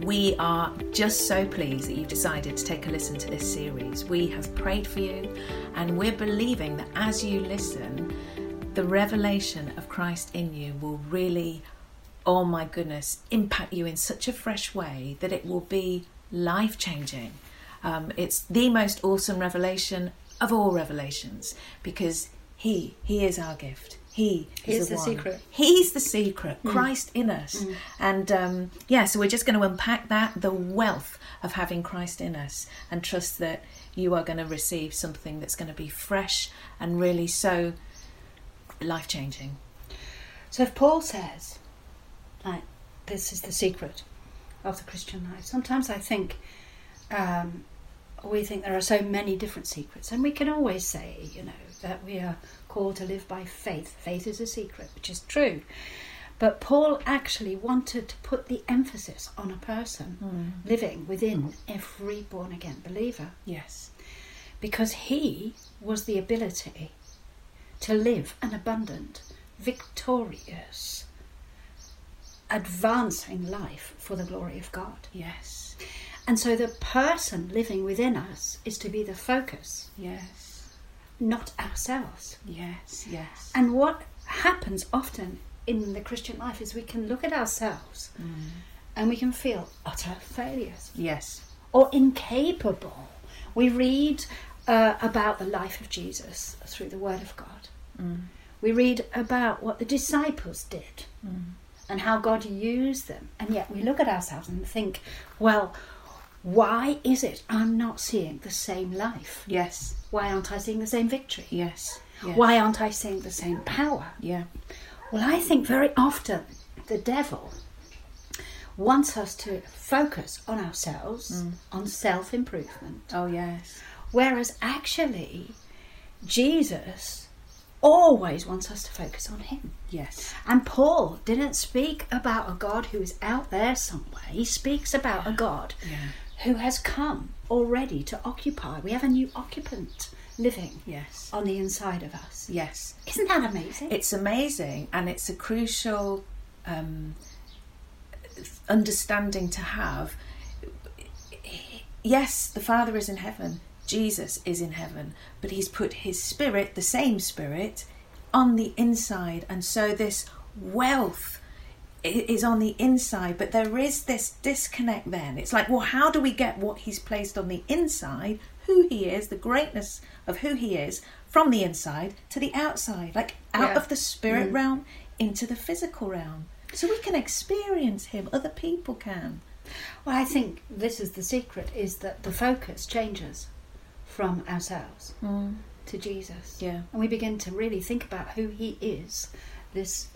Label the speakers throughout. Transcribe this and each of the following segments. Speaker 1: We are just so pleased that you've decided to take a listen to this series. We have prayed for you, and we're believing that as you listen, the revelation of Christ in you will really, oh my goodness, impact you in such a fresh way that it will be life changing. Um, it's the most awesome revelation of all revelations because He, He is our gift. He
Speaker 2: He
Speaker 1: is
Speaker 2: is the
Speaker 1: one.
Speaker 2: secret.
Speaker 1: He's the secret, Christ in us. And um, yeah, so we're just going to unpack that the wealth of having Christ in us and trust that you are going to receive something that's going to be fresh and really so life changing.
Speaker 2: So if Paul says, like, this is the secret of the Christian life, sometimes I think um, we think there are so many different secrets, and we can always say, you know, that we are called to live by faith. Faith is a secret, which is true. But Paul actually wanted to put the emphasis on a person living within every born again believer
Speaker 1: Yes.
Speaker 2: because he was the ability to live an abundant, victorious, advancing life for the glory of God.
Speaker 1: Yes.
Speaker 2: And so the person living within us is to be the focus,
Speaker 1: Yes.
Speaker 2: not ourselves.
Speaker 1: Yes. Yes.
Speaker 2: And what happens often in the Christian life is we can look at ourselves and we can feel utter failures.
Speaker 1: Mm. Yes.
Speaker 2: or incapable. We read uh, about the life of Jesus through the Word of God.
Speaker 1: Mm.
Speaker 2: We read about what the disciples did and how God used them. And yet we look at ourselves and think, well, why is it I'm not seeing the same life?
Speaker 1: Yes.
Speaker 2: Why aren't I seeing the same victory?
Speaker 1: Yes. yes.
Speaker 2: Why aren't I seeing the same power?
Speaker 1: Yeah.
Speaker 2: Well, I think very often the devil wants us to focus on ourselves, on self improvement,
Speaker 1: Oh yes.
Speaker 2: whereas actually Jesus always wants us to focus on him.
Speaker 1: Yes.
Speaker 2: And Paul didn't speak about a God who is out there somewhere, he speaks about a God
Speaker 1: Yeah.
Speaker 2: who has come already to occupy. We have a new occupant living
Speaker 1: Yes.
Speaker 2: on the inside of us.
Speaker 1: Yes.
Speaker 2: Isn't that amazing?
Speaker 1: It's amazing, and it's a crucial um, understanding to have. Yes, the Father is in heaven. Jesus is in heaven, but He's put His Spirit, the same Spirit, on the inside, and so this wealth i- is on the inside. But there is this disconnect. Then it's like, well, how do we get what He's placed on the inside, who He is, the greatness of who He is, from the inside to the outside, like out
Speaker 2: Yeah.
Speaker 1: of the spirit realm into the physical realm, so we can experience Him. Other people can.
Speaker 2: Well, I think this is the secret: is that the focus changes from ourselves to Jesus,
Speaker 1: Yeah.
Speaker 2: and we begin to really think about who He is, this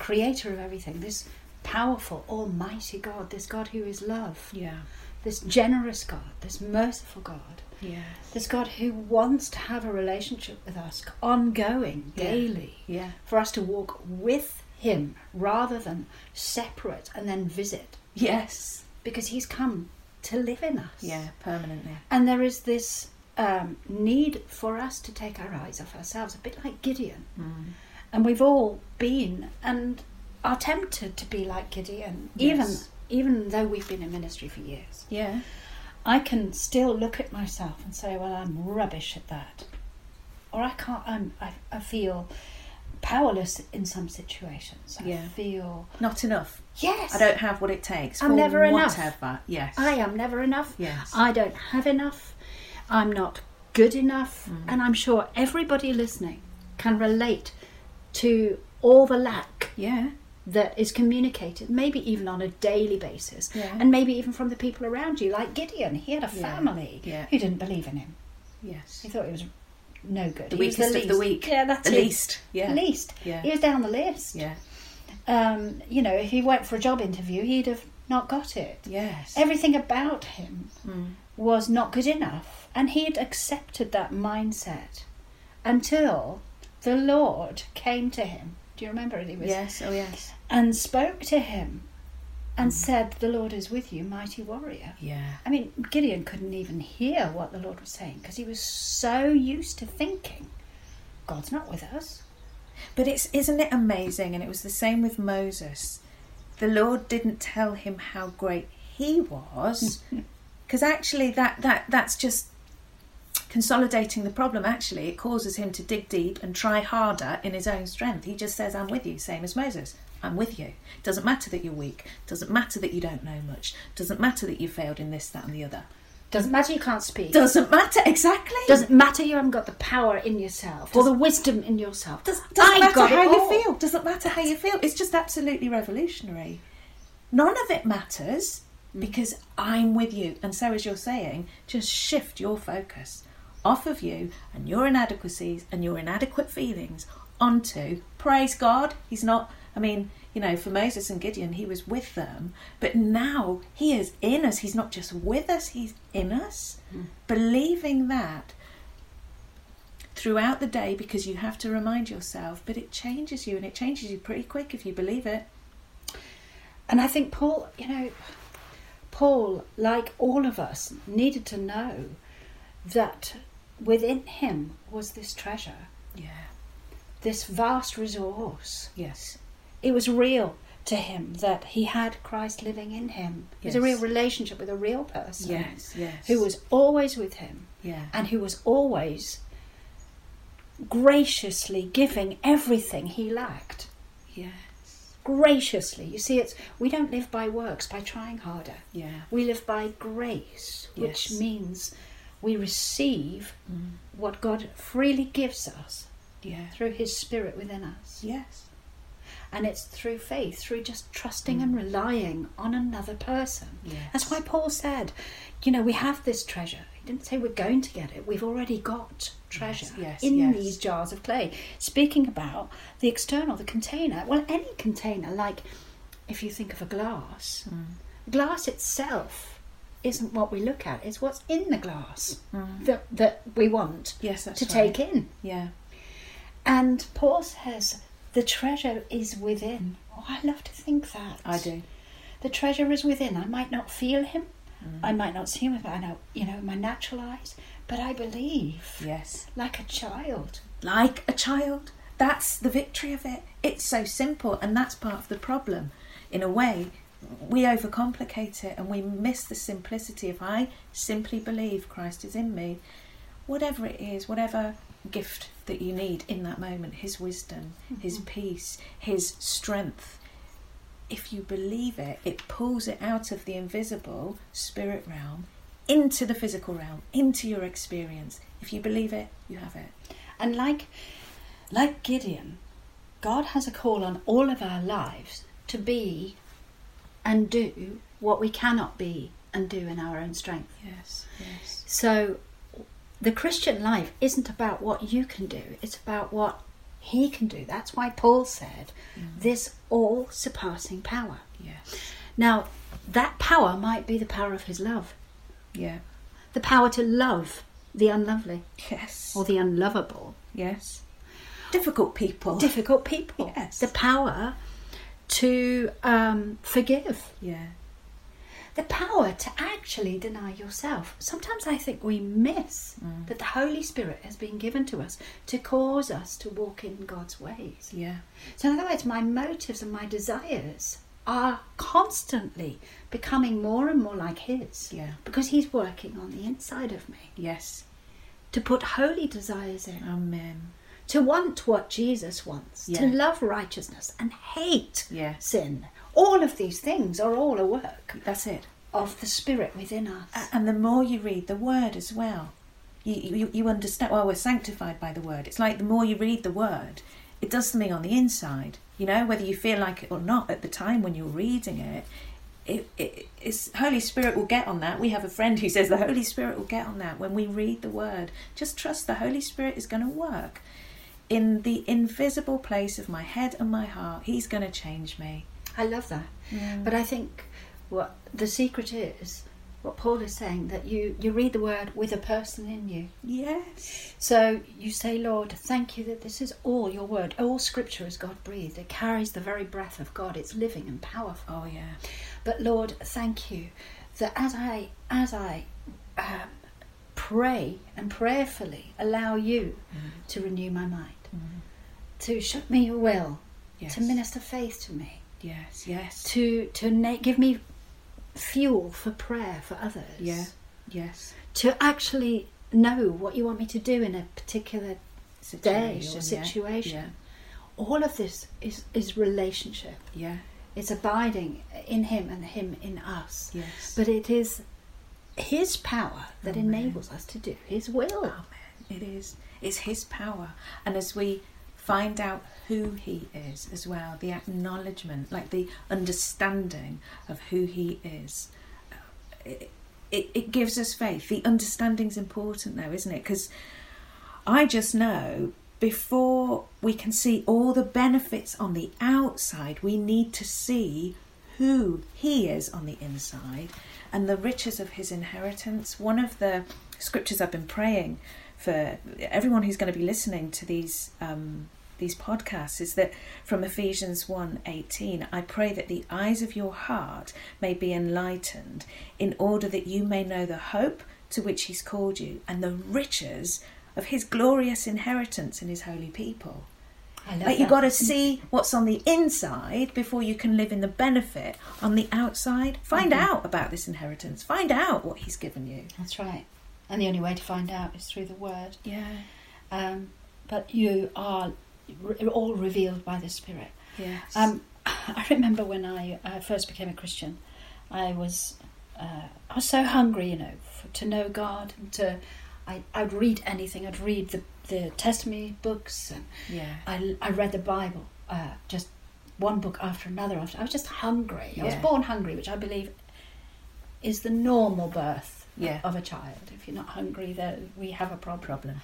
Speaker 2: Creator of everything, this powerful, Almighty God, this God who is love,
Speaker 1: Yeah.
Speaker 2: this generous God, this merciful God,
Speaker 1: Yes.
Speaker 2: this God who wants to have a relationship with us, ongoing,
Speaker 1: Yeah.
Speaker 2: daily,
Speaker 1: Yeah.
Speaker 2: for us to walk with Him rather than separate and then visit
Speaker 1: Yes.
Speaker 2: because he's come to live in us.
Speaker 1: Yeah, permanently.
Speaker 2: And there is this um, need for us to take our eyes off ourselves, a bit like Gideon.
Speaker 1: Mm.
Speaker 2: And we've all been and are tempted to be like Gideon,
Speaker 1: Yes.
Speaker 2: even even though we've been in ministry for years.
Speaker 1: Yeah.
Speaker 2: I can still look at myself and say, "Well, I'm rubbish at that," or I can't. I'm, I, I feel powerless in some situations. I
Speaker 1: Yeah.
Speaker 2: feel
Speaker 1: Not enough.
Speaker 2: yes.
Speaker 1: I don't have what it takes.
Speaker 2: I'm
Speaker 1: for
Speaker 2: never enough.
Speaker 1: whatever. Yes.
Speaker 2: I am never enough.
Speaker 1: Yes.
Speaker 2: I don't have enough. I'm not good enough.
Speaker 1: Mm.
Speaker 2: And I'm sure everybody listening can relate to all the lack
Speaker 1: yeah.
Speaker 2: that is communicated, maybe even on a daily basis,
Speaker 1: Yeah.
Speaker 2: and maybe even from the people around you, like Gideon. He had a
Speaker 1: Yeah.
Speaker 2: family
Speaker 1: Yeah.
Speaker 2: who didn't believe in him.
Speaker 1: Yes.
Speaker 2: He thought he was no good.
Speaker 1: The
Speaker 2: He was
Speaker 1: weakest of the
Speaker 2: least.
Speaker 1: weak.
Speaker 2: Yeah, that's
Speaker 1: the
Speaker 2: it.
Speaker 1: least. Yeah.
Speaker 2: The least.
Speaker 1: Yeah.
Speaker 2: He was down the list.
Speaker 1: Yeah.
Speaker 2: Um, you know, if he went for a job interview, he'd have not got it
Speaker 1: Yes. Mm.
Speaker 2: everything about him was not good enough. And he had accepted that mindset until the Lord came to him. Do you remember it? He was,
Speaker 1: yes. Oh yes.
Speaker 2: And spoke to him and
Speaker 1: Mm.
Speaker 2: said, The Lord is with you, mighty warrior.
Speaker 1: Yeah.
Speaker 2: I mean, Gideon couldn't even hear what the Lord was saying because he was so used to thinking, God's not with us.
Speaker 1: But it's isn't it amazing? And it was the same with Moses. The Lord didn't tell him how great he was, because actually that, that that's just consolidating the problem. Actually, it causes him to dig deep and try harder in his own strength. He just says, "I'm with you," same as Moses. I'm with you. Doesn't matter that you're weak. Doesn't matter that you don't know much. Doesn't matter that you failed in this, that, and the other.
Speaker 2: Doesn't matter you can't speak.
Speaker 1: Doesn't matter exactly.
Speaker 2: Doesn't matter you haven't got the power in yourself or the wisdom in yourself.
Speaker 1: Does, doesn't
Speaker 2: I
Speaker 1: matter
Speaker 2: got it
Speaker 1: how
Speaker 2: all.
Speaker 1: you feel. Doesn't matter how you feel. It's just absolutely revolutionary. None of it matters
Speaker 2: Mm.
Speaker 1: because I'm with you. And so, as you're saying, just shift your focus off of you and your inadequacies and your inadequate feelings onto praise God. He's not, I mean, you know, for Moses and Gideon, he was with them, but now he is in us. He's not just with us, he's in us.
Speaker 2: Mm.
Speaker 1: Believing that throughout the day because you have to remind yourself, but it changes you and it changes you pretty quick if you believe it.
Speaker 2: And I think Paul, you know, Paul, like all of us, needed to know that within him was this treasure,
Speaker 1: Yeah,
Speaker 2: this vast resource.
Speaker 1: yes,
Speaker 2: It was real to him that he had Christ living in him. It was a
Speaker 1: Yes.
Speaker 2: real relationship with a real person
Speaker 1: yes, yes.
Speaker 2: who was always with him
Speaker 1: Yeah,
Speaker 2: and who was always graciously giving everything he lacked.
Speaker 1: yes,
Speaker 2: Graciously. You see, it's we don't live by works, by trying harder.
Speaker 1: yeah,
Speaker 2: We live by grace, which
Speaker 1: Yes. Mm.
Speaker 2: means we receive what God freely gives us
Speaker 1: yeah,
Speaker 2: through His Spirit within us.
Speaker 1: yes,
Speaker 2: And it's through faith, through just trusting
Speaker 1: Mm.
Speaker 2: and relying on another person.
Speaker 1: Yes.
Speaker 2: That's why Paul said, you know, we have this treasure. He didn't say we're going to get it, we've already got treasure
Speaker 1: Yes, yes,
Speaker 2: in
Speaker 1: yes.
Speaker 2: these jars of clay. Speaking about the external, the container, well, any container, like if you think of a glass,
Speaker 1: Mm.
Speaker 2: glass itself isn't what we look at, it's what's in the glass that, that we want
Speaker 1: yes. Mm. That's
Speaker 2: to
Speaker 1: right.
Speaker 2: take in.
Speaker 1: Yeah,
Speaker 2: And Paul says, the treasure is within. Oh, I love to think that.
Speaker 1: I do.
Speaker 2: The treasure is within. I might not feel him.
Speaker 1: Mm.
Speaker 2: I might not see him with I know, you know, my natural eyes, but I believe
Speaker 1: Yes,
Speaker 2: like a child.
Speaker 1: like a child. That's the victory of it. It's so simple, and that's part of the problem. In a way, we overcomplicate it and we miss the simplicity. If I simply believe Christ is in me, whatever it is, whatever gift that you need in that moment, His wisdom, His peace, His strength, if you believe it, it pulls it out of the invisible spirit realm into the physical realm, into your experience. If you believe it, you have it.
Speaker 2: And like like Gideon, God has a call on all of our lives to be and do what we cannot be and do in our own strength.
Speaker 1: Yes, yes,
Speaker 2: So the Christian life isn't about what you can do, it's about what he can do. That's why Paul said, this all surpassing power.
Speaker 1: yes,
Speaker 2: Now, that power might be the power of his love,
Speaker 1: yeah,
Speaker 2: the power to love the unlovely
Speaker 1: yes,
Speaker 2: or the unlovable,
Speaker 1: yes. Difficult people.
Speaker 2: difficult people,
Speaker 1: Yes.
Speaker 2: the power to um, forgive,
Speaker 1: yeah,
Speaker 2: the power to actually deny yourself. Sometimes I think we miss that the Holy Spirit has been given to us to cause us to walk in God's ways.
Speaker 1: yeah,
Speaker 2: So, in other words, my motives and my desires are constantly becoming more and more like His
Speaker 1: Yeah.
Speaker 2: because He's working on the inside of me
Speaker 1: yes.
Speaker 2: to put holy desires in,
Speaker 1: Amen.
Speaker 2: to want what Jesus wants, to
Speaker 1: Yeah.
Speaker 2: love righteousness and hate
Speaker 1: Yeah.
Speaker 2: sin. All of these things are all a work
Speaker 1: That's it.
Speaker 2: of the Spirit within us.
Speaker 1: A- And the more you read the word as well, you, you, you understand. Well, we're sanctified by the word. It's like the more you read the word, it does something on the inside. You know, whether you feel like it or not at the time when you're reading it, it, it it's Holy Spirit will get on that. We have a friend who says the Holy Spirit will get on that when we read the word. Just trust the Holy Spirit is going to work in the invisible place of my head and my heart. He's going to change me.
Speaker 2: I love that. But I think what the secret is, what Paul is saying, that you, you read the word with a person in you.
Speaker 1: Yes.
Speaker 2: So you say, Lord, thank you that this is all your word. All scripture is God breathed. It carries the very breath of God. It's living and powerful.
Speaker 1: Oh yeah.
Speaker 2: But Lord, thank you that as I as I um, pray and prayerfully allow you to renew my mind, to show me your will,
Speaker 1: Yes.
Speaker 2: to minister faith to me,
Speaker 1: Yes. Yes.
Speaker 2: to to na- give me fuel for prayer for others.
Speaker 1: Yeah. Yes.
Speaker 2: To actually know what you want me to do in a particular day or situation. All of this is, is relationship.
Speaker 1: Yeah.
Speaker 2: It's abiding in Him and Him in us.
Speaker 1: yeah. Yes.
Speaker 2: But it is His power that
Speaker 1: Amen.
Speaker 2: enables us to do His will.
Speaker 1: Oh, It is. It's His power. And as we find out who He is as well, the acknowledgement, like the understanding of who He is, uh, it, it, it gives us faith. The understanding's important, though, isn't it? Because I just know before we can see all the benefits on the outside, we need to see who he is on the inside and the riches of his inheritance. One of the scriptures I've been praying for everyone who's going to be listening to these um, these podcasts is that from Ephesians 1:18 I pray that the eyes of your heart may be enlightened in order that you may know the hope to which he's called you and the riches of his glorious inheritance in his holy people.
Speaker 2: I love
Speaker 1: Like you got to see what's on the inside before you can live in the benefit on the outside. Find out about this inheritance. Find out what he's given you.
Speaker 2: That's right. And the only way to find out is through the Word.
Speaker 1: Yeah.
Speaker 2: Um, but you are re- all revealed by the Spirit.
Speaker 1: Yes.
Speaker 2: Um, I remember when I uh, first became a Christian, I was uh, I was so hungry, you know, for, to know God and to I I'd read anything. I'd read the the testimony books and
Speaker 1: yeah.
Speaker 2: I, I read the Bible, uh, just one book after another. After I was just hungry. I was
Speaker 1: Yeah.
Speaker 2: born hungry, which I believe is the normal birth
Speaker 1: Yeah.
Speaker 2: of a child. If you're not hungry, then we have a problem.
Speaker 1: Problem.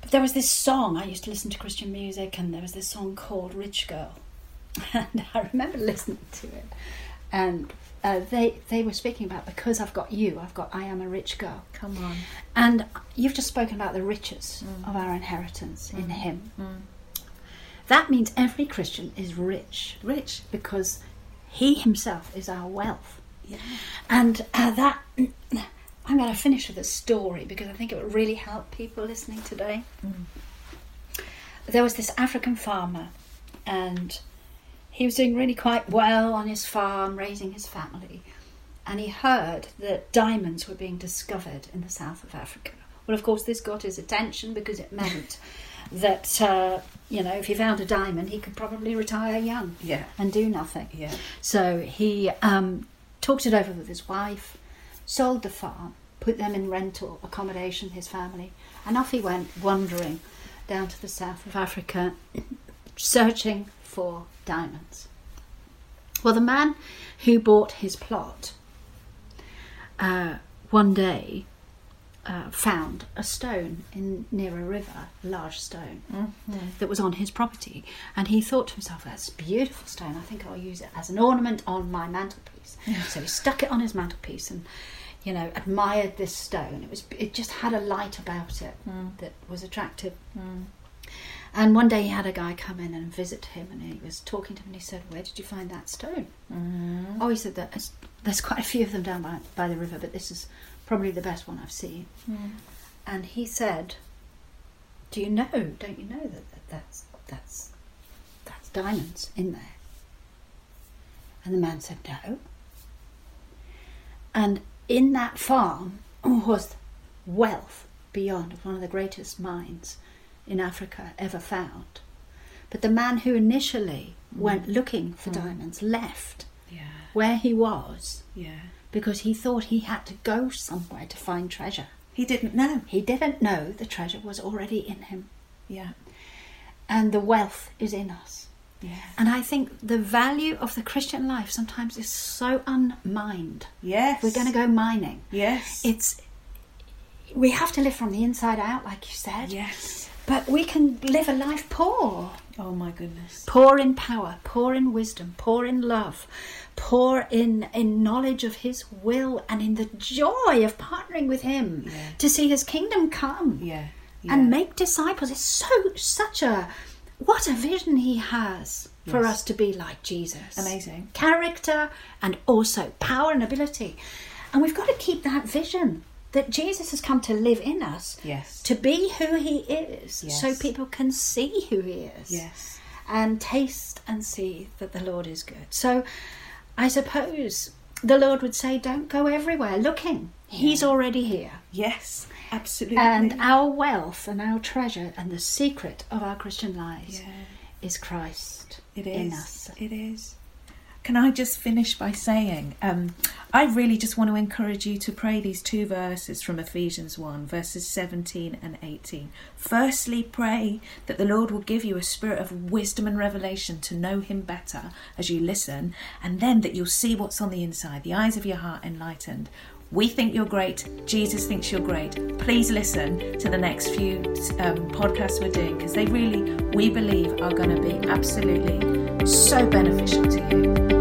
Speaker 2: But there was this song, I used to listen to Christian music, and there was this song called Rich Girl. And I remember listening to it. And uh, they, they were speaking about because I've got you, I've got I am a rich girl.
Speaker 1: Come on.
Speaker 2: And you've just spoken about the riches of our inheritance in Him. That means every Christian is rich
Speaker 1: Rich.
Speaker 2: because He Himself is our wealth.
Speaker 1: Yeah.
Speaker 2: And uh, that, I'm going to finish with a story because I think it will really help people listening today. There was this African farmer, and he was doing really quite well on his farm, raising his family. And he heard that diamonds were being discovered in the south of Africa. Well, of course, this got his attention because it meant that, uh, you know, if he found a diamond, he could probably retire young
Speaker 1: Yeah.
Speaker 2: and do nothing.
Speaker 1: Yeah.
Speaker 2: So he um, talked it over with his wife, sold the farm, put them in rental accommodation, his family, and off he went wandering down to the south of Africa searching for diamonds. Well, the man who bought his plot uh, one day uh, found a stone in near a river, a large stone that was on his property, and he thought to himself, "That's a beautiful stone. I think I'll use it as an ornament on my mantelpiece." so he stuck it on his mantelpiece, and you know, admired this stone. It was it just had a light about it that was attractive. And one day he had a guy come in and visit him, and he was talking to him, and he said, "Where did you find that stone?" Oh, he said that it's- there's quite a few of them down by, by the river, but this is probably the best one I've seen. And he said, "Do you know? Don't you know that, that that's that's that's diamonds in there?" And the man said, "No." And in that farm was wealth beyond one of the greatest mines in Africa ever found. But the man who initially went looking for diamonds left
Speaker 1: Yeah.
Speaker 2: where he was
Speaker 1: Yeah.
Speaker 2: because he thought he had to go somewhere to find treasure.
Speaker 1: He didn't know.
Speaker 2: He didn't know the treasure was already in him,
Speaker 1: Yeah.
Speaker 2: and the wealth is in us.
Speaker 1: Yeah.
Speaker 2: And I think the value of the Christian life sometimes is so unmined.
Speaker 1: Yes.
Speaker 2: We're going to go mining.
Speaker 1: Yes.
Speaker 2: It's we have to live from the inside out, like you said.
Speaker 1: yes.
Speaker 2: But we can live a life poor.
Speaker 1: Oh my goodness.
Speaker 2: Pour in power, pour in wisdom, pour in love, pour in, in knowledge of His will and in the joy of partnering with Him
Speaker 1: Yeah.
Speaker 2: to see His kingdom come
Speaker 1: Yeah.
Speaker 2: and make disciples. It's so such a what a vision He has for
Speaker 1: Yes.
Speaker 2: us to be like Jesus.
Speaker 1: Amazing.
Speaker 2: character and also power and ability, and we've got to keep that vision that Jesus has come to live in us.
Speaker 1: Yes.
Speaker 2: To be who he is, so
Speaker 1: Yes.
Speaker 2: people can see who he is
Speaker 1: yes.
Speaker 2: and taste and see that the Lord is good. So I suppose the Lord would say, Don't go everywhere looking. He's already here.
Speaker 1: Yes, absolutely.
Speaker 2: And our wealth and our treasure and the secret of our Christian lives
Speaker 1: Yeah.
Speaker 2: is Christ
Speaker 1: It
Speaker 2: in
Speaker 1: is.
Speaker 2: us.
Speaker 1: It is. Can I just finish by saying, um, I really just want to encourage you to pray these two verses from Ephesians 1, verses 17 and 18. Firstly, pray that the Lord will give you a spirit of wisdom and revelation to know Him better as you listen, and then that you'll see what's on the inside, the eyes of your heart enlightened. We think you're great. Jesus thinks you're great. Please listen to the next few um, podcasts we're doing because they really, we believe, are going to be absolutely so beneficial to you.